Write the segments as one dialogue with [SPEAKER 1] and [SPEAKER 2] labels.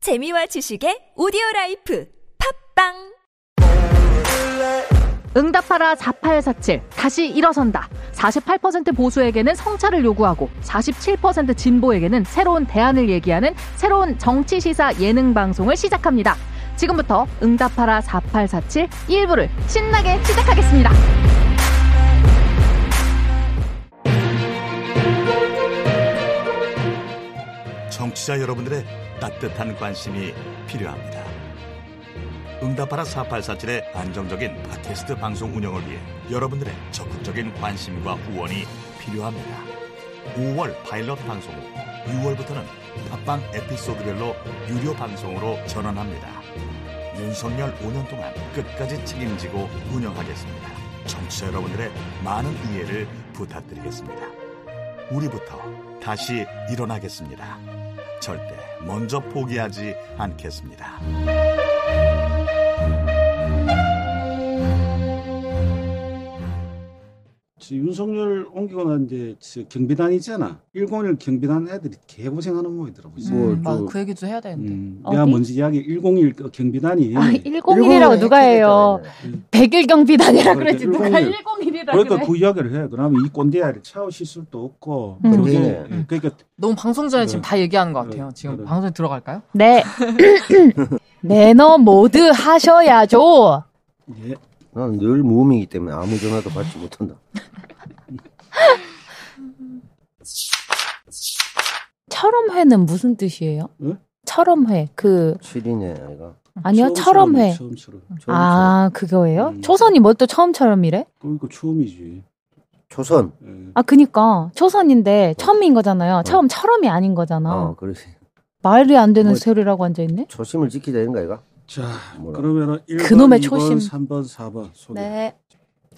[SPEAKER 1] 재미와 지식의 오디오 라이프 팝빵
[SPEAKER 2] 응답하라 4847 다시 일어선다 48% 보수에게는 성찰을 요구하고 47% 진보에게는 새로운 대안을 얘기하는 새로운 정치 시사 예능 방송을 시작합니다 지금부터 응답하라 4847 1부를 신나게 시작하겠습니다
[SPEAKER 3] 정치자 여러분들의 따뜻한 관심이 필요합니다. 응답하라 4847의 안정적인 팟캐스트 방송 운영을 위해 여러분들의 적극적인 관심과 후원이 필요합니다. 5월 파일럿 방송, 6월부터는 팟빵 에피소드별로 유료 방송으로 전환합니다. 윤석열 5년 동안 끝까지 책임지고 운영하겠습니다. 청취자 여러분들의 많은 이해를 부탁드리겠습니다. 우리부터 다시 일어나겠습니다. 절대 먼저 포기하지 않겠습니다.
[SPEAKER 4] 저 윤석열 옮기고 난 이제 저 경비단이잖아. 일공일 경비단 애들이 개고생하는 모양이더라고.
[SPEAKER 5] 뭐,
[SPEAKER 6] 음, 맞아,
[SPEAKER 5] 저-
[SPEAKER 6] 그 얘기도 해야 되는데.
[SPEAKER 4] 음,
[SPEAKER 5] 어디?
[SPEAKER 4] 내가 먼저 이야기 101 경비단이
[SPEAKER 5] 아, 101이라고 누가 해요? 네, 100일 경비단이라 그러지 누가
[SPEAKER 4] 101.
[SPEAKER 5] 101이라
[SPEAKER 4] 그러니까
[SPEAKER 5] 그래?
[SPEAKER 4] 그 이야기를 해. 그러면 이 꼰대야를 차올 시술도 없고
[SPEAKER 5] 음.
[SPEAKER 4] 그게
[SPEAKER 5] 네.
[SPEAKER 4] 예, 그러니까
[SPEAKER 6] 너무 방송 전에
[SPEAKER 4] 그래.
[SPEAKER 7] 네.
[SPEAKER 6] 지금 다 얘기하는 것 같아요.
[SPEAKER 4] 그래,
[SPEAKER 6] 지금
[SPEAKER 4] 그래.
[SPEAKER 6] 방송에 들어갈까요?
[SPEAKER 5] 네. 매너 모드 하셔야죠.
[SPEAKER 4] 예,
[SPEAKER 7] 나는 늘 무음이기 때문에 아무 전화도 받지 못한다.
[SPEAKER 5] 철험회는 무슨 뜻이에요?
[SPEAKER 4] 응?
[SPEAKER 5] 철험회 그
[SPEAKER 7] 7인의 아이가.
[SPEAKER 5] 아니요
[SPEAKER 4] 처음
[SPEAKER 5] 철험회.
[SPEAKER 4] 처음이야, 처음처럼.
[SPEAKER 7] 처음
[SPEAKER 5] 아 그거예요?
[SPEAKER 4] 음.
[SPEAKER 5] 초선이 뭐 또 처음 철험이래?
[SPEAKER 4] 그러니까 처음이지.
[SPEAKER 7] 초선.
[SPEAKER 4] 예.
[SPEAKER 5] 아 그니까 초선인데 처음인 거잖아요. 처음 철험이 아닌
[SPEAKER 7] 어,
[SPEAKER 5] 거잖아.
[SPEAKER 7] 그렇지.
[SPEAKER 5] 말이 안 되는
[SPEAKER 7] 뭐-
[SPEAKER 5] 소리라고 앉아 있네.
[SPEAKER 7] 초심을 지키자 이런 거 아이가?
[SPEAKER 4] 자,
[SPEAKER 7] 뭐라.
[SPEAKER 4] 그러면은 1번,
[SPEAKER 5] 그놈의
[SPEAKER 4] 2번,
[SPEAKER 5] 초심.
[SPEAKER 4] 3번, 4번 소개.
[SPEAKER 5] 네.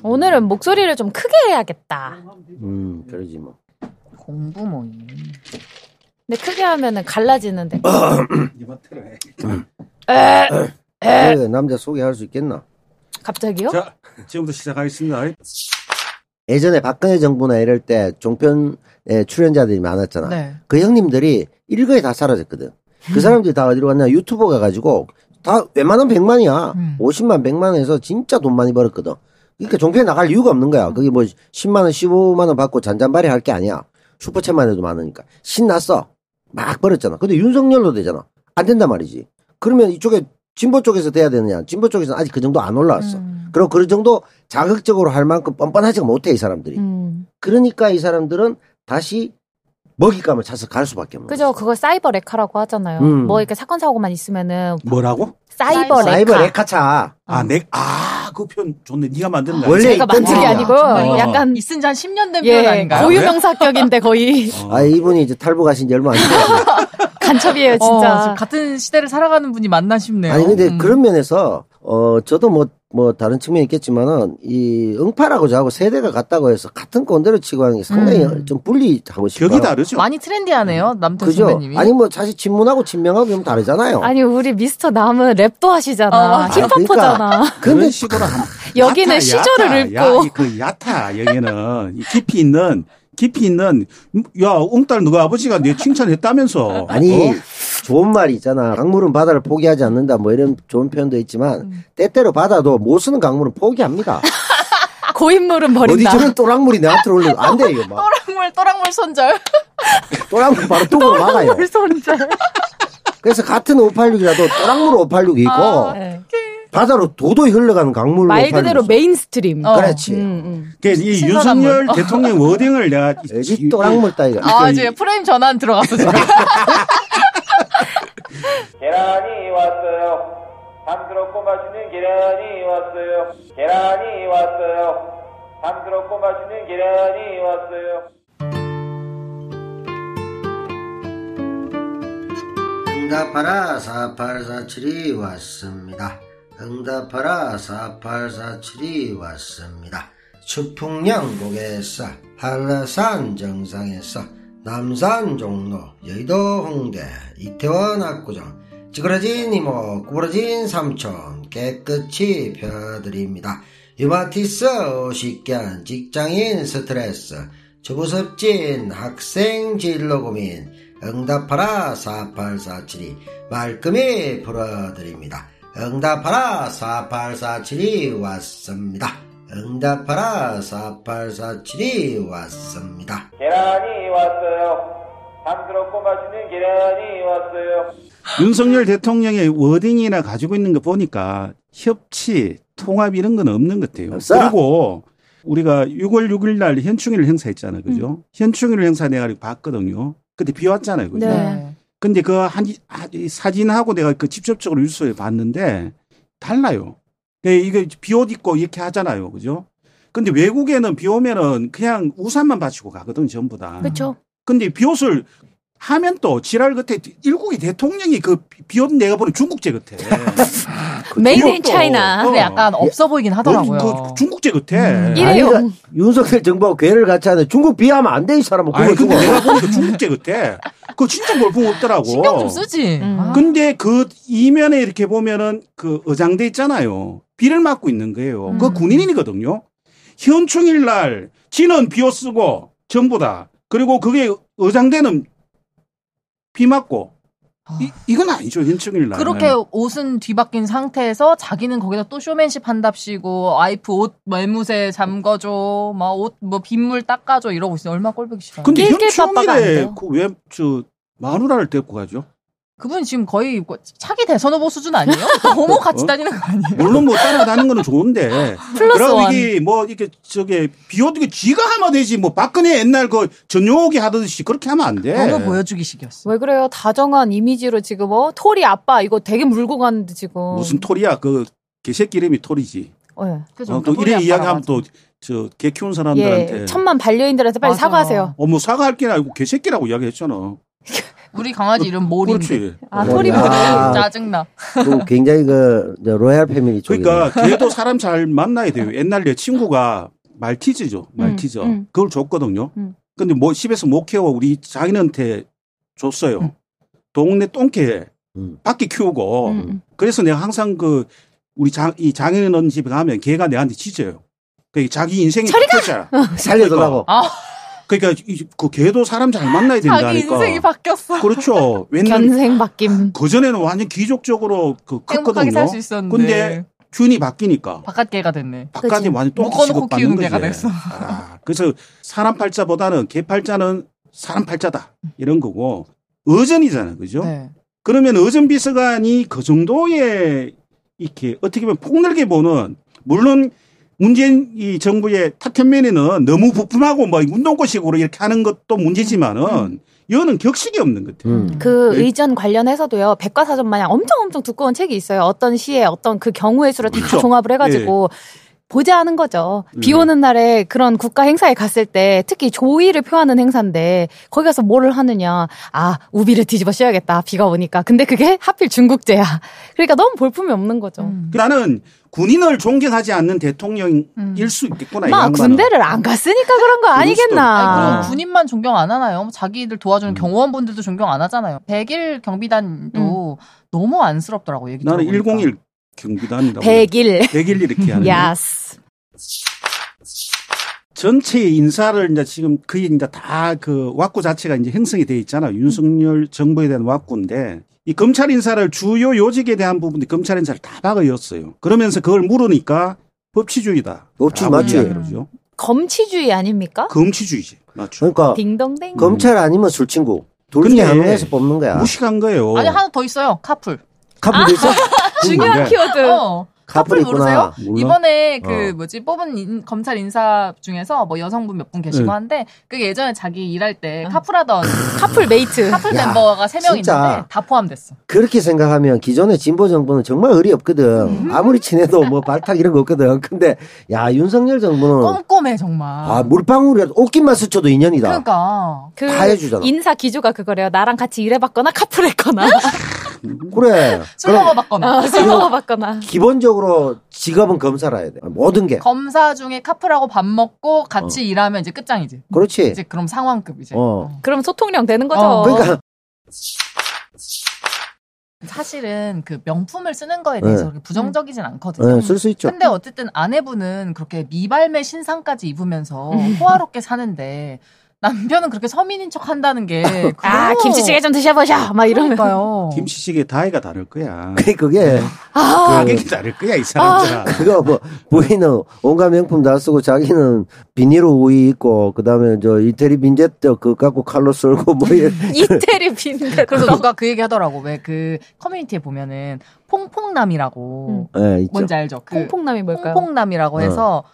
[SPEAKER 5] 오늘은 목소리를 좀 크게 해야겠다.
[SPEAKER 7] 음, 그러지 뭐.
[SPEAKER 6] 공부 뭐 모임.
[SPEAKER 5] 근데 크게 하면은 갈라지는데.
[SPEAKER 4] 이마트로 해.
[SPEAKER 5] 에, 에,
[SPEAKER 7] 그래, 남자 소개할 수 있겠나?
[SPEAKER 5] 갑자기요? 아.
[SPEAKER 4] 자, 지금부터 시작하겠습니다.
[SPEAKER 7] 예전에 박근혜 정부나 이럴 때 종편에 출연자들이 많았잖아.
[SPEAKER 6] 네.
[SPEAKER 7] 그 형님들이 일거에 다 사라졌거든. 그 사람들이 다 어디로 갔냐? 유튜버 가가지고 다 웬만하면 100만이야.
[SPEAKER 6] 음.
[SPEAKER 7] 50만, 100만 해서 진짜 돈 많이 벌었거든. 그러니까 종편에 나갈 이유가 없는 거야. 그게 뭐 10만원, 15만원 받고 잔잔바리 할 게 아니야. 슈퍼챗만 해도 많으니까. 신났어. 막 벌었잖아. 근데 윤석열로 되잖아. 안 된단 말이지. 그러면 이쪽에 진보 쪽에서 돼야 되느냐. 진보 쪽에서는 아직 그 정도 안 올라왔어.
[SPEAKER 5] 음.
[SPEAKER 7] 그리고 그 정도 자극적으로 할 만큼 뻔뻔하지가 못해, 이 사람들이.
[SPEAKER 5] 음.
[SPEAKER 7] 그러니까 이 사람들은 다시 먹잇감을 찾아서 갈 수밖에 없는
[SPEAKER 5] 그죠? 그걸 사이버 레카라고 하잖아요.
[SPEAKER 7] 음.
[SPEAKER 5] 뭐 이렇게 사건 사고만 있으면은
[SPEAKER 4] 뭐라고?
[SPEAKER 5] 사이버,
[SPEAKER 7] 거지. 사이버
[SPEAKER 5] 레카.
[SPEAKER 7] 레카차.
[SPEAKER 4] 아, 내 아, 그 표현 좋네. 네가 만든 거야.
[SPEAKER 7] 원래
[SPEAKER 5] 제가
[SPEAKER 7] 있던
[SPEAKER 5] 만든 게
[SPEAKER 7] 책이야.
[SPEAKER 5] 아니고
[SPEAKER 4] 어.
[SPEAKER 5] 약간
[SPEAKER 6] 있은 지 한 10년 된 표현
[SPEAKER 5] 예
[SPEAKER 6] 아닌가요?
[SPEAKER 5] 고유 명사격인데 거의
[SPEAKER 4] 어.
[SPEAKER 7] 아, 이분이 이제 탈북하신 지 얼마 안 됐어요.
[SPEAKER 5] 간첩이에요
[SPEAKER 6] 어,
[SPEAKER 5] 진짜.
[SPEAKER 6] 지금 같은 시대를 살아가는 분이 만나 싶네요.
[SPEAKER 7] 네, 아니, 근데
[SPEAKER 6] 음.
[SPEAKER 7] 그런 면에서, 어, 저도 뭐, 뭐, 다른 측면이 있겠지만은, 이, 응팔하고 저하고 세대가 같다고 해서 같은 꼰대로 치고 하는 게 상당히
[SPEAKER 6] 음.
[SPEAKER 7] 좀 분리하고 싶어요.
[SPEAKER 4] 격이 다르죠.
[SPEAKER 6] 많이 트렌디하네요. 남편
[SPEAKER 7] 그죠?
[SPEAKER 6] 선배님이.
[SPEAKER 7] 아니, 뭐, 사실 친문하고 친명하고 좀 다르잖아요.
[SPEAKER 5] 아니 우리 미스터 남은 랩도 하시잖아.
[SPEAKER 6] 어.
[SPEAKER 5] 힙합퍼잖아.
[SPEAKER 4] 그런
[SPEAKER 7] 근데,
[SPEAKER 4] 식으로 한
[SPEAKER 5] 여기는
[SPEAKER 4] 야타,
[SPEAKER 5] 시조를
[SPEAKER 4] 야타,
[SPEAKER 5] 읊고.
[SPEAKER 4] 야, 이그 야타 여기는 이 깊이 있는 깊이 있는 야 웅딸 누가 아버지가 내 칭찬했다면서
[SPEAKER 7] 아니,
[SPEAKER 4] 어?
[SPEAKER 7] 좋은 말이 있잖아. 강물은 바다를 포기하지 않는다. 뭐, 이런 좋은 표현도 있지만, 때때로 바다도 못 쓰는 강물은 포기합니다.
[SPEAKER 5] 고인물은
[SPEAKER 7] 어디
[SPEAKER 5] 버린다.
[SPEAKER 7] 저런 또랑물이 나한테 올려. 안 돼, 이거 막.
[SPEAKER 6] 또랑물, 또랑물 손절. 아,
[SPEAKER 7] 또랑물 바로 뚝으로 막아요.
[SPEAKER 5] 손절.
[SPEAKER 7] 그래서 같은 586이라도 또랑물 586이 있고, 바다로 도도히 흘러가는 강물로
[SPEAKER 5] 말 그대로
[SPEAKER 7] 팔면서.
[SPEAKER 5] 메인스트림.
[SPEAKER 6] 어.
[SPEAKER 7] 그렇지
[SPEAKER 5] 음,
[SPEAKER 4] 그래서 이
[SPEAKER 6] 신선한
[SPEAKER 4] 윤석열 대통령 워딩을 내가 이-
[SPEAKER 7] 여기 또랑물 따위가
[SPEAKER 6] 아, 이제 프레임 전환 들어갔어, 지금.
[SPEAKER 8] 계란이 왔어요. 담스럽고 맛있는 계란이 왔어요. 계란이 왔어요. 담스럽고 맛있는 계란이 왔어요.
[SPEAKER 7] 응답하라 4847이 왔습니다 응답하라 4847이 왔습니다 추풍령 고개에서 한라산 정상에서 남산 종로 여의도 홍대 이태원 압구정 찌그러진 이모 구부러진 삼촌 깨끗이 펴드립니다 유마티스 50견 직장인 스트레스 주부섭진 학생 진로 고민 응답하라 48472 말끔히 풀어드립니다. 응답하라 48472 왔습니다. 응답하라 48472 왔습니다.
[SPEAKER 8] 계란이 왔어요. 밤들어 꼬마시는 계란이 왔어요.
[SPEAKER 4] 윤석열 대통령의 워딩이나 가지고 있는 거 보니까 협치, 통합 이런 건 없는 것 같아요.
[SPEAKER 7] 없어.
[SPEAKER 4] 그리고 우리가 6월 6일 날 현충일 행사했잖아요. 그죠?
[SPEAKER 5] 음.
[SPEAKER 4] 현충일 행사 내가 이렇게 봤거든요. 그때 비 왔잖아요. 그죠?
[SPEAKER 5] 네.
[SPEAKER 4] 근데 그 한, 아, 이 사진하고 내가 그 직접적으로 뉴스에 봤는데 달라요. 네, 이게 비옷 입고 이렇게 하잖아요. 그죠? 근데 외국에는 비 오면은 그냥 우산만 받치고 가거든, 전부 다.
[SPEAKER 5] 그렇죠.
[SPEAKER 4] 근데 비옷을 하면 또 지랄 끝에 일국의 대통령이 그 비옷 내가 보는 중국제 같아.
[SPEAKER 1] 메이드 인
[SPEAKER 4] 비옷도,
[SPEAKER 1] 네, 차이나.
[SPEAKER 4] 그 어,
[SPEAKER 6] 근데 약간
[SPEAKER 7] 예.
[SPEAKER 6] 없어 보이긴 하더라고요.
[SPEAKER 7] 뭐,
[SPEAKER 6] 음.
[SPEAKER 4] 그 중국제 같아.
[SPEAKER 5] 이래요.
[SPEAKER 7] 아니, 그 윤석열 정부하고 괴를 같이 하는데 중국 비하면 안 돼 이 사람은
[SPEAKER 4] 아니,
[SPEAKER 7] 그걸
[SPEAKER 4] 근데
[SPEAKER 7] 주고.
[SPEAKER 4] 내가 보니까 중국제 같아. 그거 진짜 볼품 없더라고.
[SPEAKER 6] 신경 좀
[SPEAKER 7] 뭐.
[SPEAKER 6] 쓰지.
[SPEAKER 5] 음.
[SPEAKER 6] 아.
[SPEAKER 4] 근데 그 이면에 이렇게 보면은 그 어장대 있잖아요. 비를 맞고 있는 거예요. 그
[SPEAKER 5] 음.
[SPEAKER 4] 군인이거든요. 현충일 날 지는 비옷 쓰고 전부 다 그리고 그게 어장대는 비 맞고 이, 이건 아니죠 현충일 날.
[SPEAKER 7] 네,
[SPEAKER 6] 그렇게 옷은 뒤바뀐 상태에서 자기는 거기다 또 쇼맨십 한답시고 와이프 옷 멜무새 잠궈줘 막 옷 뭐 빗물 닦아줘 이러고 있어요 얼마 꼴보기 싫어요
[SPEAKER 4] 근데
[SPEAKER 5] 낄낄 빠빠가 안
[SPEAKER 4] 현충일에
[SPEAKER 5] 돼요.
[SPEAKER 4] 그왜저 마누라를 데리고 가죠?
[SPEAKER 6] 그분 지금 거의 뭐 차기 대선 후보 수준 아니에요? 너무 같이
[SPEAKER 4] 어?
[SPEAKER 6] 다니는 거 아니에요?
[SPEAKER 4] 물론 뭐 따라다니는 거는 좋은데.
[SPEAKER 5] 플러스
[SPEAKER 4] 음. 그럼
[SPEAKER 5] 원.
[SPEAKER 4] 이게 뭐 이렇게 저게 비오드게 지가 하면 되지 뭐 박근혜 옛날 그 전용옥이 하듯이 그렇게 하면 안 돼.
[SPEAKER 6] 너무 보여주기식이었어
[SPEAKER 5] 왜 그래요? 다정한 이미지로 지금 어 토리 아빠 이거 되게 물고 가는데 지금.
[SPEAKER 4] 무슨 토리야 그 개새끼 이름이 토리지.
[SPEAKER 5] 예.
[SPEAKER 4] 어, 또 이래 이야기하면 또 저 개 키운 사람들한테
[SPEAKER 5] 예. 천만 반려인들한테 빨리
[SPEAKER 6] 맞아.
[SPEAKER 5] 사과하세요.
[SPEAKER 4] 어머 뭐 사과할 게 아니고 개새끼라고 이야기했잖아.
[SPEAKER 6] 우리 강아지 이름 모리인데
[SPEAKER 4] 그렇지.
[SPEAKER 5] 아
[SPEAKER 7] 뭐야.
[SPEAKER 5] 토리
[SPEAKER 7] 아,
[SPEAKER 5] 뭐
[SPEAKER 7] 아.
[SPEAKER 6] 짜증나
[SPEAKER 7] 그 굉장히 그 이제 로얄 패밀리 쪽이
[SPEAKER 4] 그러니까 걔도 사람 잘 만나야 돼요. 옛날 내 친구가 말티즈죠. 말티즈.
[SPEAKER 5] 아. 음.
[SPEAKER 4] 그걸 줬거든요.
[SPEAKER 5] 음.
[SPEAKER 4] 근데 뭐 집에서 못 키워 우리 자기한테 줬어요.
[SPEAKER 6] 음.
[SPEAKER 4] 동네 똥개
[SPEAKER 7] 음.
[SPEAKER 4] 밖에 키우고
[SPEAKER 5] 음, 음.
[SPEAKER 4] 그래서 내가 항상 그 우리 장, 이 장인어른 집에 가면 걔가 내한테 짖어요. 그 자기 인생이 바뀌었잖아.
[SPEAKER 7] 살려달라고.
[SPEAKER 4] 그러니까 이- 그 걔도 사람 잘 만나야 된다니까.
[SPEAKER 6] 자기 인생이 바뀌었어
[SPEAKER 4] 그렇죠. 웬날
[SPEAKER 5] 견생 바뀜.
[SPEAKER 4] 그전에는 완전 귀족적으로 그
[SPEAKER 6] 행복하게 살
[SPEAKER 4] 컸거든요.
[SPEAKER 6] 수 있었는데
[SPEAKER 4] 근데 균이 바뀌니까
[SPEAKER 6] 바깥 개가 됐네
[SPEAKER 4] 바깥이 완전
[SPEAKER 6] 묶어놓고
[SPEAKER 4] 똥꼬치고 받는
[SPEAKER 6] 키우는
[SPEAKER 4] 거지.
[SPEAKER 6] 개가 됐어.
[SPEAKER 4] 아, 그래서 사람 팔자보다는 개 팔자는 사람 팔자다 이런 거고 어전이잖아요, 그죠?
[SPEAKER 6] 네.
[SPEAKER 4] 그러면 어전 비서관이 그 정도의 이렇게 어떻게 보면 폭넓게 보는 물론 문재인 이 정부의 타협면에는 너무 부품하고 뭐 운동권식으로 이렇게 하는 것도
[SPEAKER 5] 음.
[SPEAKER 4] 문제지만은 여는 격식이 없는 것 같아요.
[SPEAKER 7] 음.
[SPEAKER 5] 그
[SPEAKER 4] 네.
[SPEAKER 5] 의전 관련해서도요 백과사전 마냥 엄청 엄청 두꺼운 책이 있어요 어떤 시에 어떤 그 경우의 수를 다
[SPEAKER 4] 그렇죠. 예.
[SPEAKER 5] 종합을 해가지고 보좌하는 거죠 비
[SPEAKER 4] 음.
[SPEAKER 5] 오는 날에 그런 국가 행사에 갔을 때 특히 조의를 표하는 행사인데 거기 가서 뭐를 하느냐 아 우비를 뒤집어 씌워야겠다 비가 오니까 근데 그게 하필 중국제야 그러니까 너무 볼품이 없는
[SPEAKER 4] 음.
[SPEAKER 5] 거죠
[SPEAKER 4] 나는 군인을 존경하지 않는 대통령일
[SPEAKER 6] 음.
[SPEAKER 4] 수 있겠구나. 아, 이
[SPEAKER 5] 마
[SPEAKER 4] 양반은.
[SPEAKER 5] 뭐 군대를 안 갔으니까 그런 거
[SPEAKER 6] 아니, 그럼
[SPEAKER 5] 아니겠나
[SPEAKER 6] 군인만 존경 안 하나요? 뭐 자기들 도와주는
[SPEAKER 4] 음.
[SPEAKER 6] 경호원분들도 존경 안 하잖아요. 100일
[SPEAKER 4] 음.
[SPEAKER 6] 경비단도 너무 안쓰럽더라고 얘기
[SPEAKER 4] 나는
[SPEAKER 6] 들어보니까.
[SPEAKER 4] 101 경비단이라고.
[SPEAKER 5] 뭐 그러니까. 백일
[SPEAKER 4] 100일 이렇게 하는.
[SPEAKER 5] 야스
[SPEAKER 4] 전체의 인사를 이제 지금 거의 이제 다 그 왁구 자체가 이제 형성이 돼 있잖아. 윤석열 정부에 대한 왁구인데 이 검찰 인사를 주요 요직에 대한 부분이 검찰 인사를 다 박아였어요. 그러면서 그걸 물으니까 법치주의다.
[SPEAKER 7] 법치주의
[SPEAKER 4] 라고
[SPEAKER 7] 맞지.
[SPEAKER 4] 이야기를 하죠.
[SPEAKER 5] 검치주의 아닙니까
[SPEAKER 4] 그 검치주의지. 맞죠.
[SPEAKER 7] 그러니까
[SPEAKER 5] 딩동댕
[SPEAKER 7] 검찰 아니면 술 친구 둘 중에
[SPEAKER 4] 근데
[SPEAKER 7] 한 명에서 뽑는 거야.
[SPEAKER 4] 무식한 거예요.
[SPEAKER 6] 아니 하나 더 있어요. 카풀.
[SPEAKER 7] 카풀 있어?
[SPEAKER 5] 중요한
[SPEAKER 4] 그런데
[SPEAKER 5] 키워드
[SPEAKER 6] 어.
[SPEAKER 7] 카풀
[SPEAKER 6] 아, 모르세요?
[SPEAKER 7] 있구나.
[SPEAKER 4] 몰라.
[SPEAKER 6] 이번에 그
[SPEAKER 7] 어.
[SPEAKER 6] 뭐지 뽑은 인- 검찰 인사 중에서 뭐 여성분 몇 분 계시고
[SPEAKER 4] 네.
[SPEAKER 6] 한데 그게 예전에 자기 일할 때 카풀하던
[SPEAKER 5] 카풀 메이트
[SPEAKER 6] 카풀
[SPEAKER 7] 야,
[SPEAKER 6] 멤버가 세 명
[SPEAKER 7] 진짜.
[SPEAKER 6] 있는데 다 포함됐어.
[SPEAKER 7] 그렇게 생각하면 기존의 진보 정부는 정말 의리
[SPEAKER 6] 음.
[SPEAKER 7] 없거든. 아무리 친해도 뭐 발탁 이런 거 없거든. 근데 야 윤석열 정부는
[SPEAKER 6] 꼼꼼해 정말.
[SPEAKER 7] 어. 아 물방울이라도 옷깃만 스쳐도 인연이다.
[SPEAKER 6] 어? 그러니까
[SPEAKER 5] 그
[SPEAKER 7] 다 해주잖아.
[SPEAKER 5] 인사 기조가 그거래요. 나랑 같이 일해봤거나 카풀했거나
[SPEAKER 7] 그래.
[SPEAKER 6] 술
[SPEAKER 7] 그럼
[SPEAKER 6] 먹어봤거나.
[SPEAKER 5] 술 먹어봤거나.
[SPEAKER 7] 기본적으로 직업은 검사라 해야 돼. 모든 게.
[SPEAKER 6] 검사 중에 카풀하고 밥 먹고 같이 일하면 이제 끝장이지.
[SPEAKER 7] 그렇지.
[SPEAKER 6] 이제 그럼 상황급 이제.
[SPEAKER 7] 어.
[SPEAKER 5] 그럼 소통량 되는 거죠.
[SPEAKER 6] 어,
[SPEAKER 7] 그러니까
[SPEAKER 6] 사실은 그 명품을 쓰는 거에
[SPEAKER 7] 네.
[SPEAKER 6] 대해서 그렇게 부정적이진 않거든요.
[SPEAKER 7] 네, 쓸수 있죠.
[SPEAKER 6] 근데
[SPEAKER 5] 음.
[SPEAKER 6] 어쨌든 아내분은 그렇게 미발매 신상까지 입으면서 호화롭게 사는데 남편은 그렇게 서민인 척 한다는 게.
[SPEAKER 5] 아,
[SPEAKER 6] 그거-
[SPEAKER 5] 김치찌개 좀 드셔보셔! 막 이러면.
[SPEAKER 6] 그러니까요.
[SPEAKER 4] 김치찌개 다이가 다를 거야.
[SPEAKER 7] 그게 그게
[SPEAKER 5] 아,
[SPEAKER 6] 아,
[SPEAKER 4] 가격이 다를 거야 이 사람들아.
[SPEAKER 7] 그거 뭐 부인은 온갖 명품 다 쓰고 자기는 비닐 우이 있고 그다음에 저 이태리 빈제트 그거 갖고 칼로 쏠고 뭐 이래.
[SPEAKER 5] 이태리 빈대.
[SPEAKER 6] 그래서 누가 그 얘기 하더라고. 왜 그 커뮤니티에 보면은 퐁퐁남이라고.
[SPEAKER 7] 예, 있죠.
[SPEAKER 6] 뭔지 알죠? 그
[SPEAKER 5] 음. 퐁퐁남이 뭘까요?
[SPEAKER 6] 퐁퐁남이라고
[SPEAKER 7] 어.
[SPEAKER 6] 해서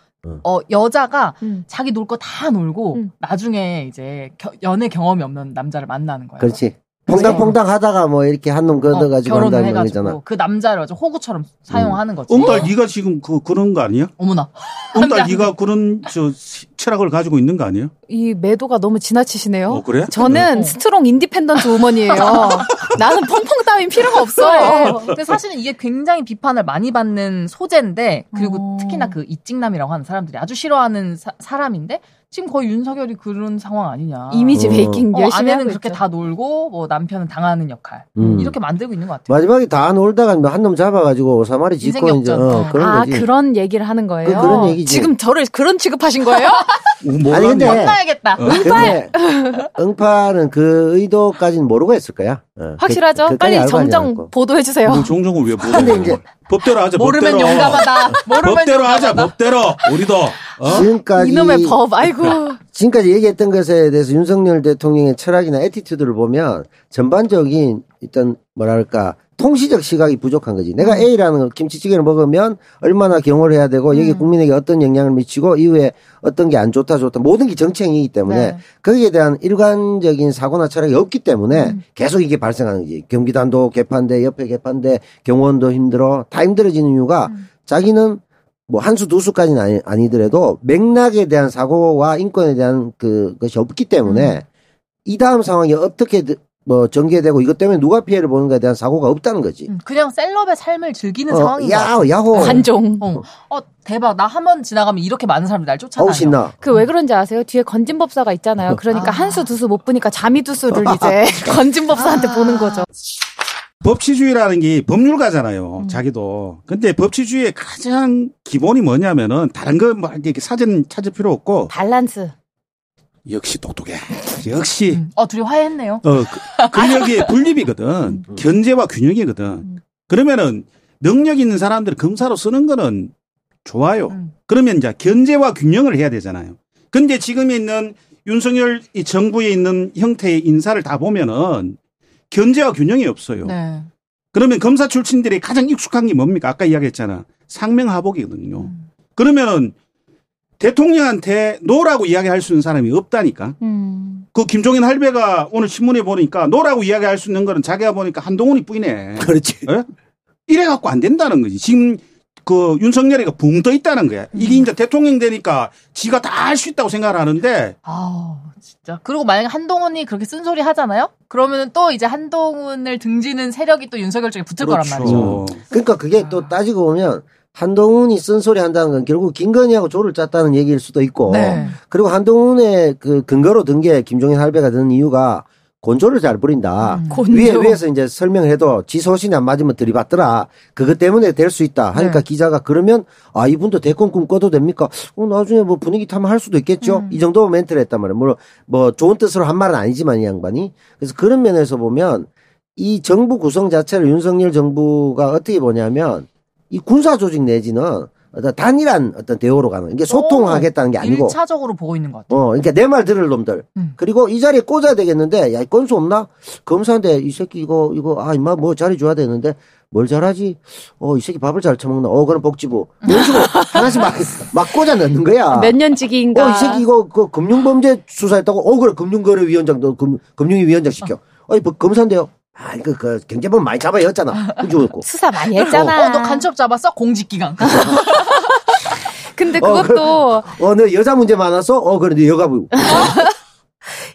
[SPEAKER 7] 어.
[SPEAKER 6] 어 여자가
[SPEAKER 5] 음.
[SPEAKER 6] 자기 놀 거 다 놀고
[SPEAKER 5] 음.
[SPEAKER 6] 나중에 이제 겨- 연애 경험이 없는 남자를 만나는 거예요. 네.
[SPEAKER 7] 그렇지. 퐁당퐁당 하다가 뭐 이렇게 한 놈
[SPEAKER 6] 어,
[SPEAKER 7] 건너가지고
[SPEAKER 6] 결혼을
[SPEAKER 7] 한다는 거잖아. 음.
[SPEAKER 6] 해가지고 그 남자를 아주 호구처럼 사용하는 거지.
[SPEAKER 4] 엉달 네가 지금 그 그런 거 아니야?
[SPEAKER 6] 어머나.
[SPEAKER 4] 엉달 네가 그런 저 시- 철학을 가지고 있는 거 아니야?
[SPEAKER 5] 이 매도가 너무 지나치시네요.
[SPEAKER 4] 어 그래?
[SPEAKER 5] 저는
[SPEAKER 6] 어.
[SPEAKER 5] 스트롱 인디펜던트 우먼이에요. 나는 펑펑 따윈
[SPEAKER 6] 그래.
[SPEAKER 5] 필요가 없어.
[SPEAKER 6] 근데 사실은 이게 굉장히 비판을 많이 받는 소재인데 그리고
[SPEAKER 5] 어.
[SPEAKER 6] 특히나 그 이찍남이라고 하는 사람들이 아주 싫어하는 사, 람인데 지금 거의 윤석열이 그런 상황 아니냐.
[SPEAKER 5] 이미지
[SPEAKER 7] 어.
[SPEAKER 5] 베이킹
[SPEAKER 6] 어,
[SPEAKER 5] 열심히
[SPEAKER 6] 아내는
[SPEAKER 5] 하고
[SPEAKER 6] 그렇게
[SPEAKER 5] 있죠.
[SPEAKER 6] 다 놀고 뭐 남편은 당하는 역할
[SPEAKER 7] 음.
[SPEAKER 6] 이렇게 만들고 있는 것 같아요.
[SPEAKER 7] 마지막에 다 놀다가 한 놈 잡아가지고 오사마리 짓고
[SPEAKER 6] 인생이
[SPEAKER 7] 이제
[SPEAKER 6] 없잖아.
[SPEAKER 7] 어, 그런
[SPEAKER 5] 아
[SPEAKER 7] 거지.
[SPEAKER 5] 그런 얘기를 하는 거예요.
[SPEAKER 7] 그- 그런 얘기지.
[SPEAKER 5] 지금 저를 그런 취급하신 거예요?
[SPEAKER 4] 뭐
[SPEAKER 7] 아니, 어, 근데
[SPEAKER 6] 만나야겠다.
[SPEAKER 7] 근데 뭐, 응팔은 그 의도까지는 모르고 했을 거야. 어,
[SPEAKER 5] 확실하죠.
[SPEAKER 7] 그- 그까지
[SPEAKER 5] 빨리
[SPEAKER 7] 알고
[SPEAKER 5] 정정
[SPEAKER 7] 하지 않았고.
[SPEAKER 5] 보도해 주세요.
[SPEAKER 4] 종종을 뭐 왜
[SPEAKER 7] 근데
[SPEAKER 4] 보는
[SPEAKER 7] 이제
[SPEAKER 4] 거야? 법대로 하자.
[SPEAKER 6] 어. 모르면
[SPEAKER 4] 법대로.
[SPEAKER 7] 어,
[SPEAKER 6] 용감하다. 모르면
[SPEAKER 4] 법대로 하자.
[SPEAKER 7] 뭐.
[SPEAKER 6] 용감하다.
[SPEAKER 4] 법대로. 우리도. 어?
[SPEAKER 7] 지금까지
[SPEAKER 5] 이놈의 법. 아이고.
[SPEAKER 7] 지금까지 얘기했던 것에 대해서 윤석열 대통령의 철학이나 에티튜드를 보면 전반적인 일단 뭐랄까 통시적 시각이 부족한 거지. 내가 A라는 거 김치찌개를 먹으면 얼마나 경호를 해야 되고 이게 국민에게 어떤 영향을 미치고 이후에 어떤 게 안 좋다 좋다 모든 게 정책이기 때문에
[SPEAKER 6] 네.
[SPEAKER 7] 거기에 대한 일관적인 사고나 철학이 없기 때문에 계속 이게 발생하는 거지. 경기단도 개판돼, 옆에 개판돼, 경호원도 힘들어. 다 힘들어지는 이유가 자기는 뭐 한 수 두 수까지는 아니, 아니더라도 맥락에 대한 사고와 인권에 대한 그 것이 없기
[SPEAKER 6] 음.
[SPEAKER 7] 때문에 이 다음 상황이 어떻게 드- 뭐 전개되고 이것 때문에 누가 피해를 보는가에 대한 사고가 없다는 거지.
[SPEAKER 6] 음, 그냥 셀럽의 삶을 즐기는
[SPEAKER 7] 어,
[SPEAKER 6] 상황인 것 같아요.
[SPEAKER 7] 야, 야호.
[SPEAKER 5] 관종.
[SPEAKER 6] 어, 어 대박. 나 한 번 지나가면 이렇게 많은 사람들이 날 쫓아다녀.
[SPEAKER 7] 어우 신나.
[SPEAKER 5] 그 왜 그런지 아세요? 뒤에 건진법사가 있잖아요. 그러니까 한 수 두 수 못 보니까 잠이 두 수를 이제 건진법사한테 보는 거죠.
[SPEAKER 4] 법치주의라는 게 법률가잖아요.
[SPEAKER 6] 음.
[SPEAKER 4] 자기도. 근데 법치주의의 가장 기본이 뭐냐면은 다른 거뭐 이렇게 사전 찾을 필요 없고
[SPEAKER 5] 밸런스.
[SPEAKER 4] 역시 똑똑해. 역시
[SPEAKER 6] 음. 어 둘이 화해했네요.
[SPEAKER 4] 어, 그- 근력의 분립이거든. 견제와 균형이거든. 그러면은 능력 있는 사람들 검사로 쓰는 거는 좋아요.
[SPEAKER 6] 음.
[SPEAKER 4] 그러면 이제 견제와 균형을 해야 되잖아요. 근데 지금 있는 윤석열 이 정부에 있는 형태의 인사를 다 보면은 견제와 균형이
[SPEAKER 7] 음.
[SPEAKER 4] 없어요.
[SPEAKER 6] 네.
[SPEAKER 4] 그러면 검사 출신들이 가장 익숙한 게 뭡니까? 아까 이야기했잖아. 상명하복이거든요. 그러면은 대통령한테 노라고 이야기할 수 있는 사람이 없다니까.
[SPEAKER 5] 음.
[SPEAKER 4] 그 김종인 할배가 오늘 신문에 보니까 노라고 이야기할 수 있는 거는 자기가 보니까 한동훈이 뿐이네.
[SPEAKER 7] 그렇지.
[SPEAKER 4] 예? 이래갖고 안 된다는 거지. 지금 그 윤석열이가 붕 떠 있다는 거야. 이게 이제 대통령 되니까 지가 다 할 수 있다고 생각을 하는데
[SPEAKER 6] 아 진짜. 그리고 만약에 한동훈이 그렇게 쓴소리 하잖아요. 그러면 또 이제 한동훈을 등지는 세력이 또 윤석열 쪽에 붙을 거란 말이죠.
[SPEAKER 4] 그렇죠.
[SPEAKER 7] 그러니까 그게
[SPEAKER 6] 아.
[SPEAKER 7] 또 따지고 보면 한동훈이 쓴소리 한다는 건 결국 김건희하고 조를 짰다는 얘기일 수도 있고
[SPEAKER 6] 네.
[SPEAKER 7] 그리고 한동훈의 그 근거로 든 게 김종인 할배가 든 이유가 곤조를 잘 부린다.
[SPEAKER 6] 음.
[SPEAKER 5] 곤조.
[SPEAKER 7] 위에 위에서 이제 설명해도 지 소신이 안 맞으면 들이받더라. 그것 때문에 될 수 있다. 하니까
[SPEAKER 6] 네.
[SPEAKER 7] 기자가 그러면 아 이분도 대권 꿈 꿔도 됩니까? 어, 나중에 뭐 분위기 타면 할 수도 있겠죠.
[SPEAKER 6] 음.
[SPEAKER 7] 이 정도 멘트를 했단 말이에요. 물론 뭐 좋은 뜻으로 한 말은 아니지만 이 양반이 그래서 그런 면에서 보면 이 정부 구성 자체를 윤석열 정부가 어떻게 보냐면 이 군사 조직 내지는 어떤 단일한 어떤 대우로 가는 이게 소통하겠다는 게 아니고
[SPEAKER 6] 일차적으로 보고 있는 것 같아요.
[SPEAKER 7] 어, 그러니까 내 말 들을 놈들.
[SPEAKER 6] 음.
[SPEAKER 7] 그리고 이 자리에 꽂아야 되겠는데, 야, 건수 없나? 검사인데, 이 새끼 이거, 이거, 아, 임마, 뭐 자리 줘야 되는데, 뭘 잘하지? 어, 이 새끼 밥을 잘 처먹나? 어, 그럼 복지부. 이런 식으로 하나씩 막, 막 꽂아 넣는 거야.
[SPEAKER 5] 몇 년지기인가.
[SPEAKER 7] 어, 이 새끼 이거, 그, 금융범죄 수사했다고? 어, 그래, 금융거래위원장도, 금, 금융위 위원장 시켜. 어, 이 뭐 검사인데요? 아, 그, 그, 경제범 많이 잡아야 했잖아. 그래고
[SPEAKER 5] 수사 많이
[SPEAKER 6] 어,
[SPEAKER 5] 했잖아.
[SPEAKER 6] 너 간첩 잡았어? 공직기강.
[SPEAKER 7] 그렇죠.
[SPEAKER 5] 근데
[SPEAKER 7] 어,
[SPEAKER 5] 그것도
[SPEAKER 7] 어, 너 여자 문제 많았어? 어, 그래, 너 여가부.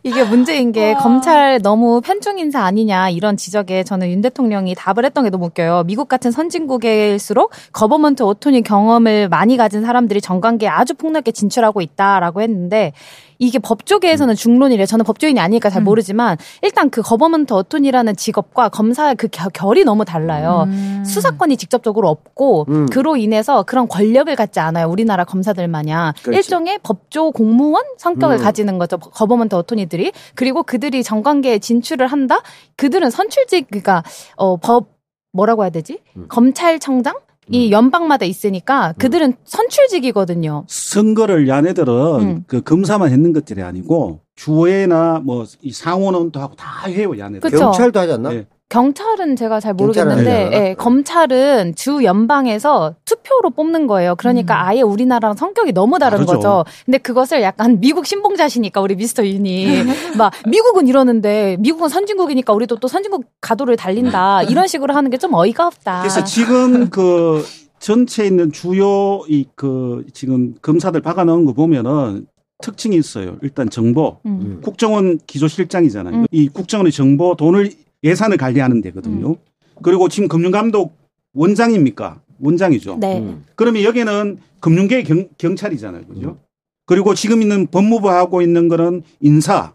[SPEAKER 5] 이게 문제인 게 검찰 너무 편중 인사 아니냐 이런 지적에 저는 윤 대통령이 답을 했던 게 너무 웃겨요. 미국 같은 선진국일수록 거버먼트 오토니 경험을 많이 가진 사람들이 정관계에 아주 폭넓게 진출하고 있다라고 했는데 이게 법조계에서는
[SPEAKER 7] 음.
[SPEAKER 5] 중론이래. 저는 법조인이 아니니까 잘 모르지만 일단 그 거버먼트 어촌이라는 직업과 검사의 그 겨- 결이 너무 달라요.
[SPEAKER 7] 음.
[SPEAKER 5] 수사권이 직접적으로 없고 그로 인해서 그런 권력을 갖지 않아요. 우리나라 검사들 마냥
[SPEAKER 7] 그렇지.
[SPEAKER 5] 일종의 법조 공무원 성격을
[SPEAKER 7] 음.
[SPEAKER 5] 가지는 거죠. 거버먼트 어토니들이 그리고 그들이 정관계에 진출을 한다. 그들은 선출직 그러니까 어법 뭐라고 해야 되지? 검찰청장 이 연방마다 있으니까 그들은 선출직이거든요.
[SPEAKER 4] 선거를 얀 애들은
[SPEAKER 5] 음.
[SPEAKER 4] 그 검사만 했는 것들이 아니고 주회나 뭐 이 상원원도 하고 다 해요 얀 애들.
[SPEAKER 5] 그쵸.
[SPEAKER 7] 경찰도 하지 않나?
[SPEAKER 4] 네.
[SPEAKER 5] 경찰은 제가 잘
[SPEAKER 7] 경찰은
[SPEAKER 5] 모르겠는데
[SPEAKER 7] 아니잖아.
[SPEAKER 5] 예, 검찰은 주 연방에서 투표로 뽑는 거예요. 그러니까 아예 우리나라랑 성격이 너무 다른
[SPEAKER 4] 다르죠.
[SPEAKER 5] 거죠. 근데 그것을 약간 미국 신봉자시니까 우리 미스터 윤이 막 미국은 이러는데 미국은 선진국이니까 우리도 또 선진국 가도를 달린다 이런 식으로 하는 게 좀 어이가 없다.
[SPEAKER 4] 그래서 지금 그 전체 있는 주요 이 그 지금 검사들 박아놓은 거 보면은 특징이 있어요. 일단 정보.
[SPEAKER 5] 음.
[SPEAKER 4] 국정원 기조실장이잖아요.
[SPEAKER 5] 음.
[SPEAKER 4] 이 국정원의 정보 돈을 예산을 관리하는 데거든요. 그리고 지금 금융감독 원장입니까? 원장이죠.
[SPEAKER 5] 네.
[SPEAKER 7] 음.
[SPEAKER 4] 그러면 여기는 금융계 경, 경찰이잖아요. 그죠?
[SPEAKER 5] 음.
[SPEAKER 4] 그리고 지금 있는 법무부하고 있는 거는 인사.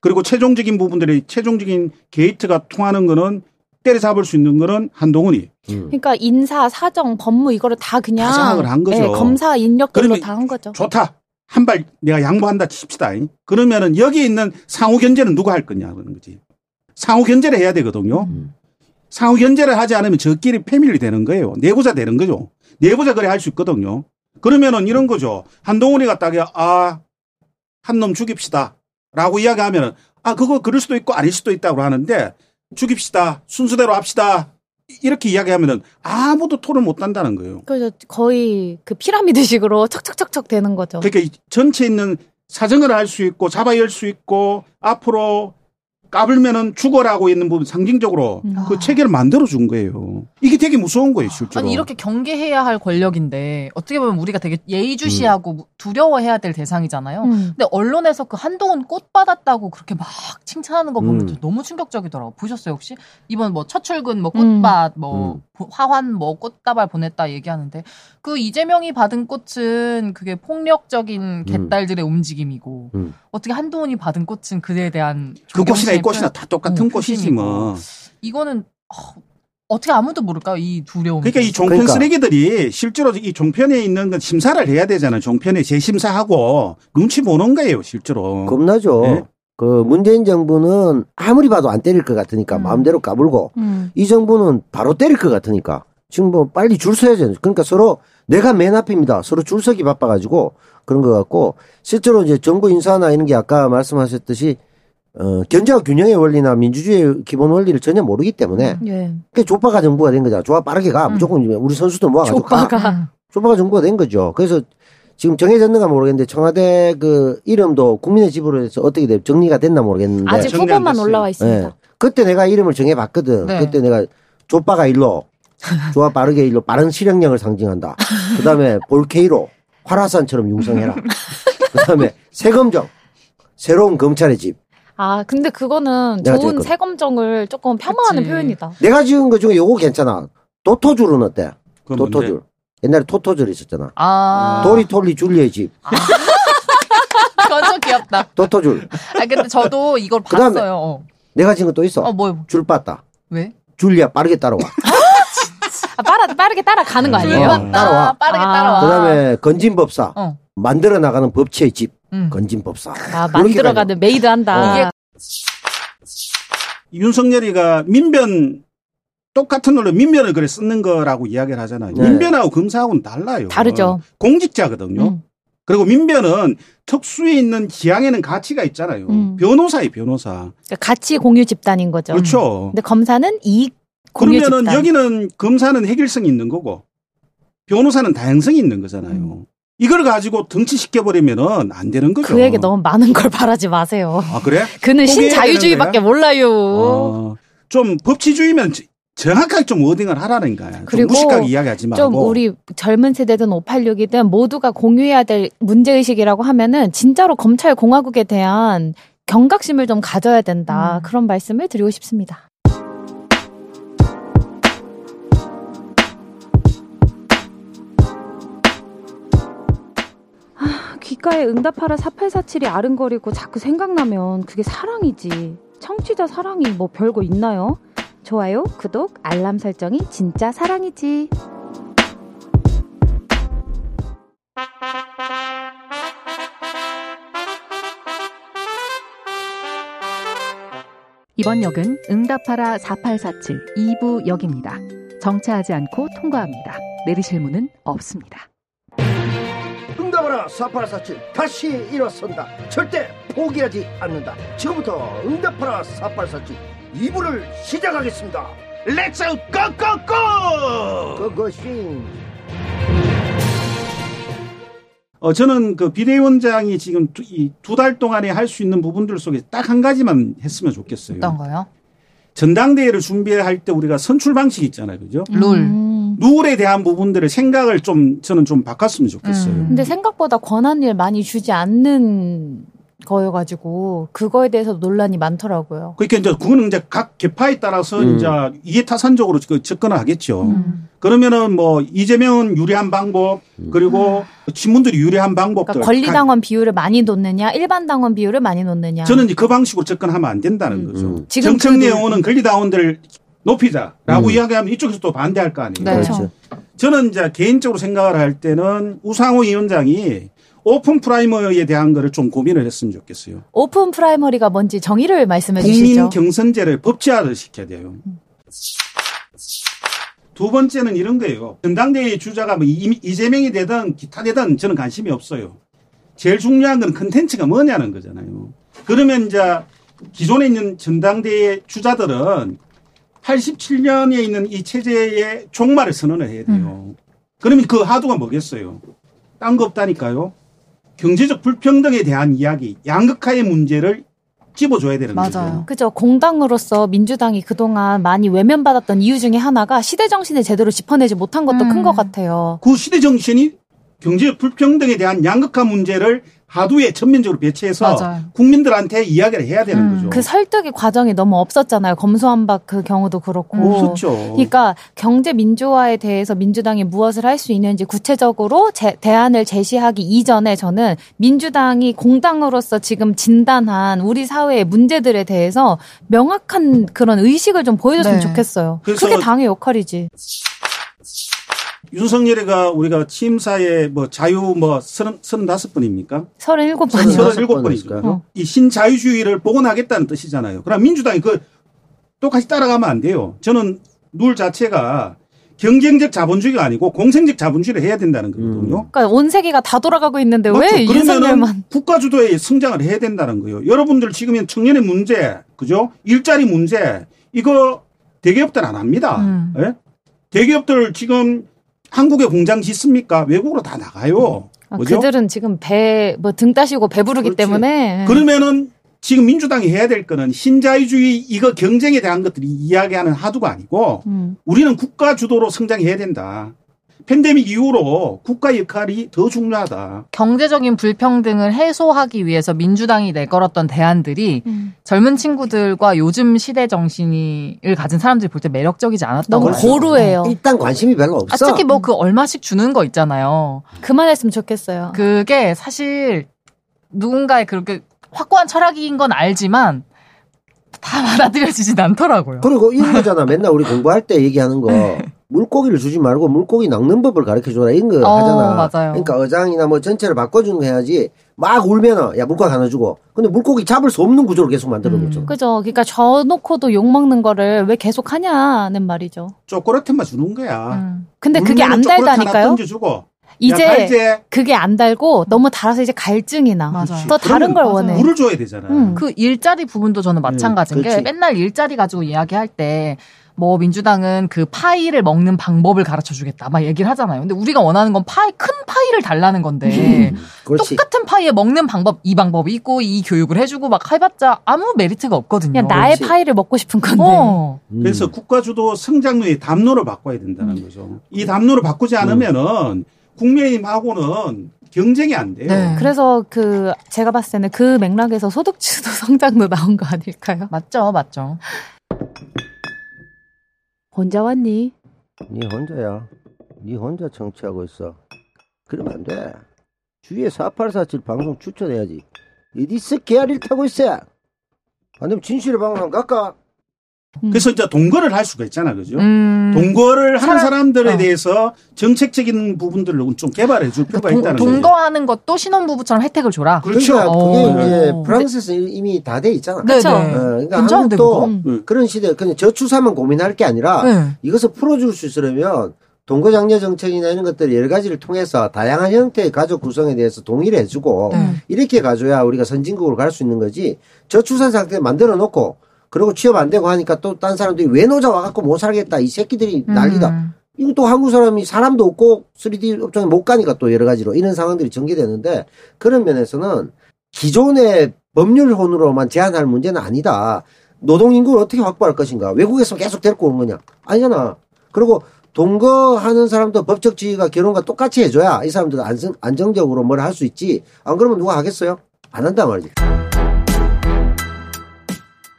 [SPEAKER 4] 그리고 최종적인 부분들의 최종적인 게이트가 통하는 거는 때려잡을 수 있는 거는 한동훈이.
[SPEAKER 7] 음.
[SPEAKER 5] 그러니까 인사, 사정, 법무 이거를 다 그냥
[SPEAKER 4] 다 장악을 한 거죠.
[SPEAKER 5] 예, 검사 인력들로
[SPEAKER 4] 그러면
[SPEAKER 5] 다 한 거죠.
[SPEAKER 4] 좋다. 한 발 내가 양보한다 칩시다. 그러면은 여기 있는 상호 견제는 누가 할 거냐는 거지. 상호 견제를 해야 되거든요.
[SPEAKER 7] 음.
[SPEAKER 4] 상호 견제를 하지 않으면 저끼리 패밀리 되는 거예요. 내부자 되는 거죠. 내부자 그래 할 수 있거든요. 그러면은 이런 거죠. 한동훈이 갔다가 아, 한 놈 죽입시다. 라고 이야기하면은 아, 그거 그럴 수도 있고 아닐 수도 있다고 하는데 죽입시다. 순수대로 합시다. 이- 이렇게 이야기하면은 아무도 토를 못 한다는 거예요.
[SPEAKER 5] 그래서 거의 그 피라미드식으로 척척척척 되는
[SPEAKER 6] 어.
[SPEAKER 5] 거죠.
[SPEAKER 4] 그러니까 이 전체 있는 사정을 알 수 있고 잡아 열 수 있고 앞으로 까불면은 죽어라고 있는 부분 상징적으로 그 체계를 만들어 준 거예요. 이게 되게 무서운 거예요, 실제로.
[SPEAKER 6] 음. 아니 이렇게 경계해야 할 권력인데 어떻게 보면 우리가 되게 예의주시하고
[SPEAKER 7] 음.
[SPEAKER 6] 두려워해야 될 대상이잖아요.
[SPEAKER 5] 음.
[SPEAKER 6] 근데 언론에서 그 한동훈 꽃 받았다고 그렇게 막 칭찬하는 거 보면
[SPEAKER 7] 음.
[SPEAKER 6] 또 너무 충격적이더라고. 보셨어요 혹시? 이번 뭐 첫 출근 뭐
[SPEAKER 5] 음.
[SPEAKER 6] 꽃밭 뭐
[SPEAKER 7] 음.
[SPEAKER 6] 보- 화환 뭐 꽃다발 보냈다 얘기하는데 그 이재명이 받은 꽃은 그게
[SPEAKER 4] 음.
[SPEAKER 6] 폭력적인 개딸들의 움직임이고
[SPEAKER 7] 음.
[SPEAKER 6] 어떻게 한동훈이 받은 꽃은 그에 대한
[SPEAKER 4] 그 꽃이나 이
[SPEAKER 6] 존경심의
[SPEAKER 4] 꽃이나
[SPEAKER 6] 표현?
[SPEAKER 4] 다 똑같은
[SPEAKER 6] 어,
[SPEAKER 4] 꽃이지 뭐.
[SPEAKER 6] 이거는 어, 어떻게 아무도 모를까요? 이 두려움.
[SPEAKER 4] 그러니까 이 종편
[SPEAKER 7] 그러니까.
[SPEAKER 4] 쓰레기들이 실제로 이 종편에 있는 건 심사를 해야 되잖아요. 종편에 재심사하고 눈치 보는 거예요, 실제로.
[SPEAKER 7] 겁나죠.
[SPEAKER 4] 예?
[SPEAKER 7] 그 문재인 정부는 아무리 봐도 안 때릴 것 같으니까
[SPEAKER 6] 음.
[SPEAKER 7] 마음대로 까불고
[SPEAKER 5] 음.
[SPEAKER 7] 이 정부는 바로 때릴 것 같으니까 지금 뭐 빨리 줄 서야 되는 그러니까 서로 내가 맨 앞입니다. 서로 줄 서기 바빠가지고 그런 것 같고 실제로 이제 정부 인사나 이런 게 아까 말씀하셨듯이 어, 견제와 균형의 원리나 민주주의의 기본 원리를 전혀 모르기 때문에
[SPEAKER 5] 예.
[SPEAKER 7] 그게 조파가 정부가 된 거잖아. 조파 빠르게 가. 무조건 우리 선수들 모아가지고 가.
[SPEAKER 5] 조빠가
[SPEAKER 7] 조파가 정부가 된 거죠. 그래서 지금 정해졌는가 모르겠는데 청와대 그 이름도 국민의 집으로 해서 어떻게 돼 정리가 됐나 모르겠는데
[SPEAKER 5] 아직
[SPEAKER 4] 정리 안
[SPEAKER 5] 후보만
[SPEAKER 4] 됐어요.
[SPEAKER 5] 올라와
[SPEAKER 7] 예.
[SPEAKER 5] 있습니다.
[SPEAKER 4] 네.
[SPEAKER 7] 그때 내가 이름을 정해봤거든.
[SPEAKER 6] 네.
[SPEAKER 7] 그때 내가 조빠가 일로, 조아 빠르게 일로 빠른 실행력을 상징한다. 그 다음에 볼케이로 화라산처럼 융성해라. 그 다음에 세검정, 새로운 검찰의 집.
[SPEAKER 5] 아 근데 그거는
[SPEAKER 7] 내가
[SPEAKER 5] 좋은
[SPEAKER 7] 들었거든.
[SPEAKER 5] 세검정을 조금 폄하하는
[SPEAKER 6] 그치.
[SPEAKER 5] 표현이다.
[SPEAKER 7] 내가 지은 것 중에 요거 괜찮아. 도토줄은 어때?
[SPEAKER 4] 그건 뭔데?
[SPEAKER 7] 도토줄. 옛날에 토토줄 있었잖아.
[SPEAKER 6] 아,
[SPEAKER 4] 음.
[SPEAKER 7] 도리톨리 줄리의 집.
[SPEAKER 6] 그건 좀 귀엽다.
[SPEAKER 7] 도토줄.
[SPEAKER 6] 아 근데 저도 이걸
[SPEAKER 7] 그다음에-
[SPEAKER 6] 봤어요. 어,
[SPEAKER 7] 내가 지은 거 또 있어.
[SPEAKER 6] 어 뭐요?
[SPEAKER 7] 줄 빻다.
[SPEAKER 6] 왜?
[SPEAKER 7] 줄리아 빠르게 따라와.
[SPEAKER 5] 아, 빠라, 빠르게 따라가는 거 아니에요?
[SPEAKER 7] 어, 따라와.
[SPEAKER 6] 빠르게
[SPEAKER 5] 아.
[SPEAKER 6] 따라와.
[SPEAKER 7] 그 다음에 건진법사.
[SPEAKER 6] 어.
[SPEAKER 7] 만들어 나가는 법치의 집.
[SPEAKER 6] 음.
[SPEAKER 7] 건진법사.
[SPEAKER 5] 아
[SPEAKER 7] 이렇게 가죠.
[SPEAKER 5] 만들어가는 메이드한다.
[SPEAKER 7] 어.
[SPEAKER 6] 이게-
[SPEAKER 4] 윤석열이가 민변 똑같은 논로 민변을 그래 쓰는 거라고 이야기를 하잖아요.
[SPEAKER 7] 네.
[SPEAKER 4] 민변하고 검사하고는 달라요.
[SPEAKER 5] 다르죠.
[SPEAKER 4] 공직자거든요.
[SPEAKER 5] 음.
[SPEAKER 4] 그리고 민변은 특수에 있는 지향에는 가치가 있잖아요.
[SPEAKER 5] 음.
[SPEAKER 4] 변호사의 변호사.
[SPEAKER 5] 그러니까 가치 공유 집단인 거죠.
[SPEAKER 4] 그렇죠.
[SPEAKER 5] 근데 검사는 이익 공유
[SPEAKER 4] 그러면은
[SPEAKER 5] 집단.
[SPEAKER 4] 여기는 검사는 해결성이 있는 거고 변호사는 다양성이 있는 거잖아요. 이걸 가지고 등치시켜 버리면은 안 되는 거죠.
[SPEAKER 5] 음. 그에게 너무 많은 걸 바라지 마세요.
[SPEAKER 4] 아 그래?
[SPEAKER 5] 그는
[SPEAKER 4] 어. 포기해야
[SPEAKER 5] 신자유주의밖에
[SPEAKER 4] 되는
[SPEAKER 5] 몰라요.
[SPEAKER 4] 어, 좀 법치주의면 지- 정확하게 좀 워딩을 하라는 거야. 좀
[SPEAKER 5] 그리고
[SPEAKER 4] 무식하게 이야기하지 말고.
[SPEAKER 5] 좀 우리 젊은 세대든 586이든 모두가 공유해야 될 문제 의식이라고 하면은 진짜로 검찰 공화국에 대한 경각심을 좀 가져야 된다.
[SPEAKER 9] 음.
[SPEAKER 5] 그런 말씀을 드리고 싶습니다. 아, 귀
[SPEAKER 9] 귓가에 응답하라 4847이 아른거리고 자꾸 생각나면 그게 사랑이지. 청취자 사랑이 뭐 별거 있나요? 좋아요, 구독, 알람 설정이 진짜 사랑이지.
[SPEAKER 2] 이번 역은 응답하라 4847 2부 역입니다. 정차하지 않고 통과합니다. 내리실 문은 없습니다.
[SPEAKER 10] 응답하라 4847 다시 일어선다 절대 포기하지 않는다 지금부터 응답하라 4847 2부를 시작하겠습니다
[SPEAKER 3] 렛츠 고고고!
[SPEAKER 10] 고고싱
[SPEAKER 4] 어, 저는 그 비대위원장이 지금 두 달 동안에 할 수 있는 부분들 속에 딱 한 가지만 했으면 좋겠어요.
[SPEAKER 6] 어떤 거요?
[SPEAKER 4] 전당대회를 준비할 때 우리가 선출 방식이 있잖아요. 그죠?
[SPEAKER 7] 음.
[SPEAKER 6] 룰.
[SPEAKER 4] 룰에 대한 부분들을 생각을 좀 저는 좀 바꿨으면 좋겠어요.
[SPEAKER 6] 음.
[SPEAKER 5] 근데 생각보다 권한을 많이 주지 않는 거여가지고 그거에 대해서 논란이 많더라고요.
[SPEAKER 4] 그러니까 이제 그거는 이제 각 개파에 따라서
[SPEAKER 7] 음.
[SPEAKER 4] 이제 이해타산적으로 그 접근을 하겠죠.
[SPEAKER 5] 음.
[SPEAKER 4] 그러면은 뭐 이재명은 유리한 방법 그리고 친문들이 유리한 방법들
[SPEAKER 5] 음. 그러니까 권리당원 비율을 많이 놓느냐, 일반 당원 비율을 많이 놓느냐.
[SPEAKER 4] 저는 이제 그 방식으로 접근하면 안 된다는 거죠.
[SPEAKER 7] 음.
[SPEAKER 5] 지금
[SPEAKER 4] 정책
[SPEAKER 5] 그
[SPEAKER 4] 내용은 권리당원들을 높이자라고
[SPEAKER 7] 음.
[SPEAKER 4] 이야기하면 이쪽에서 또 반대할 거 아니에요.
[SPEAKER 6] 네.
[SPEAKER 7] 그렇죠.
[SPEAKER 4] 저는 이제 개인적으로 생각을 할 때는 우상호 위원장이 오픈 프라이머에 대한 거를 좀 고민을 했으면 좋겠어요.
[SPEAKER 5] 오픈 프라이머리가 뭔지 정의를 말씀해
[SPEAKER 4] 국민
[SPEAKER 5] 주시죠.
[SPEAKER 4] 경선제를 법제화를 시켜야 돼요. 두 번째는 이런 거예요. 전당대회 주자가 뭐 이- 이재명이 되든 기타 되든 저는 관심이 없어요. 제일 중요한 건 컨텐츠가 뭐냐는 거잖아요. 그러면 이제 기존에 있는 전당대회 주자들은 87년에 있는 이 체제의 종말을 선언을 해야 돼요.
[SPEAKER 5] 음.
[SPEAKER 4] 그러면 그 하도가 뭐겠어요? 딴 거 없다니까요. 경제적 불평등에 대한 이야기, 양극화의 문제를 집어줘야 되는 거죠.
[SPEAKER 6] 맞아요.
[SPEAKER 5] 그죠. 공당으로서 민주당이 그동안 많이 외면받았던 이유 중에 하나가 시대 정신을 제대로 짚어내지 못한 것도 큰 것 같아요.
[SPEAKER 4] 그 시대 정신이 경제적 불평등에 대한 양극화 문제를 하도에 전면적으로 배치해서
[SPEAKER 6] 맞아요.
[SPEAKER 4] 국민들한테 이야기를 해야 되는
[SPEAKER 6] 음,
[SPEAKER 4] 거죠.
[SPEAKER 5] 그 설득의 과정이 너무 없었잖아요. 검수한박 그 경우도 그렇고.
[SPEAKER 6] 뭐
[SPEAKER 4] 없었죠.
[SPEAKER 5] 그러니까 경제 민주화에 대해서 민주당이 무엇을 할 수 있는지 구체적으로 제- 대안을 제시하기 이전에 저는 민주당이 공당으로서 지금 진단한 우리 사회의 문제들에 대해서 명확한 그런 의식을 좀 보여줬으면
[SPEAKER 6] 네.
[SPEAKER 5] 좋겠어요.
[SPEAKER 4] 그래서-
[SPEAKER 5] 그게 당의 역할이지.
[SPEAKER 4] 윤석열이가 우리가 취임사에 뭐 자유 뭐 서른 서른다섯 분입니까?
[SPEAKER 5] 아, 37번이요.
[SPEAKER 7] 서른-
[SPEAKER 4] 서른일곱
[SPEAKER 7] 번이니까요.
[SPEAKER 5] 어.
[SPEAKER 4] 분이죠. 이 신자유주의를 복원하겠다는 뜻이잖아요. 그럼 민주당이 그 똑같이 따라가면 안 돼요. 저는 룰 자체가 경쟁적 자본주의가 아니고 공생적 자본주의를 해야 된다는 거거든요.
[SPEAKER 5] 그러니까 온 세계가 다 돌아가고 있는데 네, 왜
[SPEAKER 4] 그러면은
[SPEAKER 5] 윤석열만
[SPEAKER 4] 국가 주도의 성장을 해야 된다는 거예요. 여러분들 지금 청년의 문제, 그죠? 일자리 문제 이거 대기업들 안 합니다.
[SPEAKER 6] 음.
[SPEAKER 4] 예? 대기업들 지금 한국에 공장 짓습니까? 외국으로 다 나가요.
[SPEAKER 5] 아,
[SPEAKER 4] 그죠?
[SPEAKER 5] 그들은 지금 배 뭐 등 따시고 배부르기
[SPEAKER 4] 그렇지.
[SPEAKER 5] 때문에
[SPEAKER 4] 그러면은 지금 민주당이 해야 될 거는 신자유주의 이거 경쟁에 대한 것들이 이야기하는 하두가 아니고
[SPEAKER 5] 음.
[SPEAKER 4] 우리는 국가 주도로 성장해야 된다. 팬데믹 이후로 국가 역할이 더 중요하다.
[SPEAKER 6] 경제적인 불평등을 해소하기 위해서 민주당이 내걸었던 대안들이 젊은 친구들과 요즘 시대 정신을 가진 사람들이 볼 때 매력적이지 않았던
[SPEAKER 5] 너무
[SPEAKER 6] 거예요.
[SPEAKER 5] 고루해요.
[SPEAKER 4] 음.
[SPEAKER 7] 일단 관심이 별로
[SPEAKER 6] 아,
[SPEAKER 7] 없어. 음.
[SPEAKER 6] 특히 뭐 그 얼마씩 주는 거 있잖아요.
[SPEAKER 5] 그만했으면
[SPEAKER 7] 아.
[SPEAKER 5] 좋겠어요.
[SPEAKER 6] 그게 사실 누군가의 그렇게 확고한 철학인 건 알지만 다 받아들여지진
[SPEAKER 4] 그러니까.
[SPEAKER 6] 않더라고요.
[SPEAKER 7] 그리고 이런 거잖아. 맨날 우리 공부할 때 얘기하는 거.
[SPEAKER 6] 네.
[SPEAKER 7] 물고기를 주지 말고 물고기 낚는 법을 가르쳐 줘라 이런 거
[SPEAKER 6] 어,
[SPEAKER 7] 하잖아.
[SPEAKER 6] 맞아요.
[SPEAKER 7] 그러니까 어장이나 뭐 전체를 바꿔주는 거 해야지 막 울면은 야 물고기 하나 주고 근데 물고기 잡을 수 없는 구조를 계속 만들어
[SPEAKER 6] 음.
[SPEAKER 7] 놓죠.
[SPEAKER 5] 그죠. 그러니까 저 놓고도 욕 먹는 거를 왜 계속 하냐는 말이죠.
[SPEAKER 4] 초콜릿만 주는
[SPEAKER 7] 아,
[SPEAKER 4] 거야.
[SPEAKER 6] 음.
[SPEAKER 5] 근데 그게
[SPEAKER 4] 울면은
[SPEAKER 5] 안
[SPEAKER 4] 초콜릿 하나
[SPEAKER 5] 달다니까요.
[SPEAKER 4] 던져주고
[SPEAKER 5] 이제
[SPEAKER 4] 야, 이제
[SPEAKER 5] 그게 안 달고 너무 달아서 이제 갈증이나
[SPEAKER 6] 맞아요.
[SPEAKER 5] 더 다른 걸
[SPEAKER 6] 음. 그러면
[SPEAKER 5] 원해.
[SPEAKER 4] 물을 줘야 되잖아.
[SPEAKER 5] 네. 음.
[SPEAKER 6] 그 일자리 부분도 저는 마찬가지인 게
[SPEAKER 7] 그렇지.
[SPEAKER 6] 맨날 일자리 가지고 이야기할 때 뭐 민주당은 그 파이를 먹는 방법을 가르쳐 주겠다 막 얘기를 하잖아요. 근데 우리가 원하는 건 파이 큰 파이를 달라는 건데
[SPEAKER 7] 그렇지.
[SPEAKER 6] 똑같은 파이에 먹는 방법 이 방법이 있고 이 교육을 해주고 막 해봤자 아무 메리트가 없거든요.
[SPEAKER 5] 그냥 나의
[SPEAKER 7] 그렇지.
[SPEAKER 5] 파이를 먹고 싶은 건데.
[SPEAKER 6] 어.
[SPEAKER 7] 음.
[SPEAKER 4] 그래서 국가 주도 성장률의 담론을 바꿔야
[SPEAKER 5] 음.
[SPEAKER 4] 된다는 거죠. 이 담론을 바꾸지 않으면은 국민의힘하고는 경쟁이 안 돼요.
[SPEAKER 6] 네.
[SPEAKER 5] 그래서 그 제가 봤을 때는 그 맥락에서 소득주도 성장도 나온 거 아닐까요?
[SPEAKER 6] 맞죠, 맞죠.
[SPEAKER 9] 혼자 왔니?
[SPEAKER 7] 네 혼자야. 네 혼자 정치하고 있어. 그러면 안 돼. 주위에 4847 방송 추천해야지. 어디서 개아리를 타고 있어? 안 되면 진실의 방송 한번 갈까?
[SPEAKER 4] 그래서 이제 동거를 할 수가 있잖아, 그죠?
[SPEAKER 6] 음.
[SPEAKER 4] 동거를 하는
[SPEAKER 6] 사람-
[SPEAKER 4] 사람들에
[SPEAKER 6] 어.
[SPEAKER 4] 대해서 정책적인 부분들을 좀 개발해 줄 필요가
[SPEAKER 6] 그러니까 동,
[SPEAKER 4] 있다는 거죠.
[SPEAKER 6] 동거하는 것도 신혼부부처럼 혜택을 줘라.
[SPEAKER 4] 그렇죠.
[SPEAKER 7] 그러니까 그게
[SPEAKER 6] 어.
[SPEAKER 7] 이제 프랑스에서 이미 다 돼 있잖아.
[SPEAKER 6] 네,
[SPEAKER 7] 어,
[SPEAKER 6] 네.
[SPEAKER 7] 그러니까
[SPEAKER 6] 괜찮은데,
[SPEAKER 7] 한국도
[SPEAKER 6] 그거?
[SPEAKER 4] 음.
[SPEAKER 7] 그런 시대 그냥 저출산만 고민할 게 아니라
[SPEAKER 6] 네.
[SPEAKER 7] 이것을 풀어줄 수 있으려면 동거장려 정책이나 이런 것들 여러 가지를 통해서 다양한 형태의 가족 구성에 대해서 동의를 해주고
[SPEAKER 6] 네.
[SPEAKER 7] 이렇게 가줘야 우리가 선진국으로 갈 수 있는 거지 저출산 상태 만들어 놓고 그리고 취업 안 되고 하니까 또 딴 사람들이 외노자 와갖고 못 살겠다 이 새끼들이 난리다
[SPEAKER 6] 음.
[SPEAKER 7] 이거 또 한국 사람이 사람도 없고 3D 업종에 못 가니까 또 여러 가지로 이런 상황들이 전개되는데 그런 면에서는 기존의 법률혼으로만 제한할 문제는 아니다. 노동인구를 어떻게 확보할 것인가? 외국에서 계속 데리고 오는 거냐? 아니잖아. 그리고 동거하는 사람도 법적 지위가 결혼과 똑같이 해줘야 이 사람들도 안정, 안정적으로 뭘 할 수 있지. 안 그러면 누가 하겠어요? 안 한단 말이지.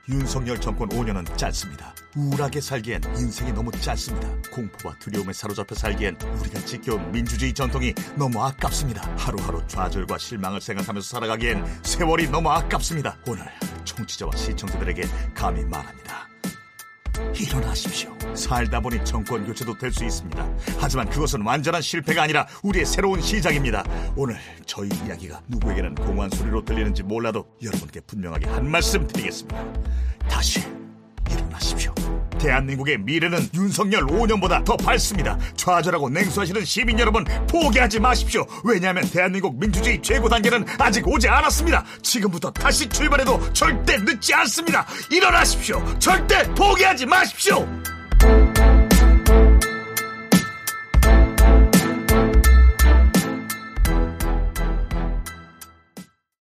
[SPEAKER 11] 윤석열 정권 5년은 짧습니다. 우울하게 살기엔 인생이 너무 짧습니다. 공포와 두려움에 사로잡혀 살기엔 우리가 지켜온 민주주의 전통이 너무 아깝습니다. 하루하루 좌절과 실망을 생각하면서 살아가기엔 세월이 너무 아깝습니다. 오늘 청취자와 시청자들에게 감히 말합니다. 일어나십시오. 살다 보니 정권 교체도 될 수 있습니다. 하지만 그것은 완전한 실패가 아니라 우리의 새로운 시작입니다. 오늘 저희 이야기가 누구에게는 공허한 소리로 들리는지 몰라도 여러분께 분명하게 한 말씀 드리겠습니다. 다시 일어나십시오. 대한민국의 미래는 윤석열 5년보다 더 밝습니다. 좌절하고 냉소하시는 시민 여러분 포기하지 마십시오. 왜냐하면 대한민국 민주주의 최고 단계는 아직 오지 않았습니다. 지금부터 다시 출발해도 절대 늦지 않습니다. 일어나십시오. 절대 포기하지 마십시오.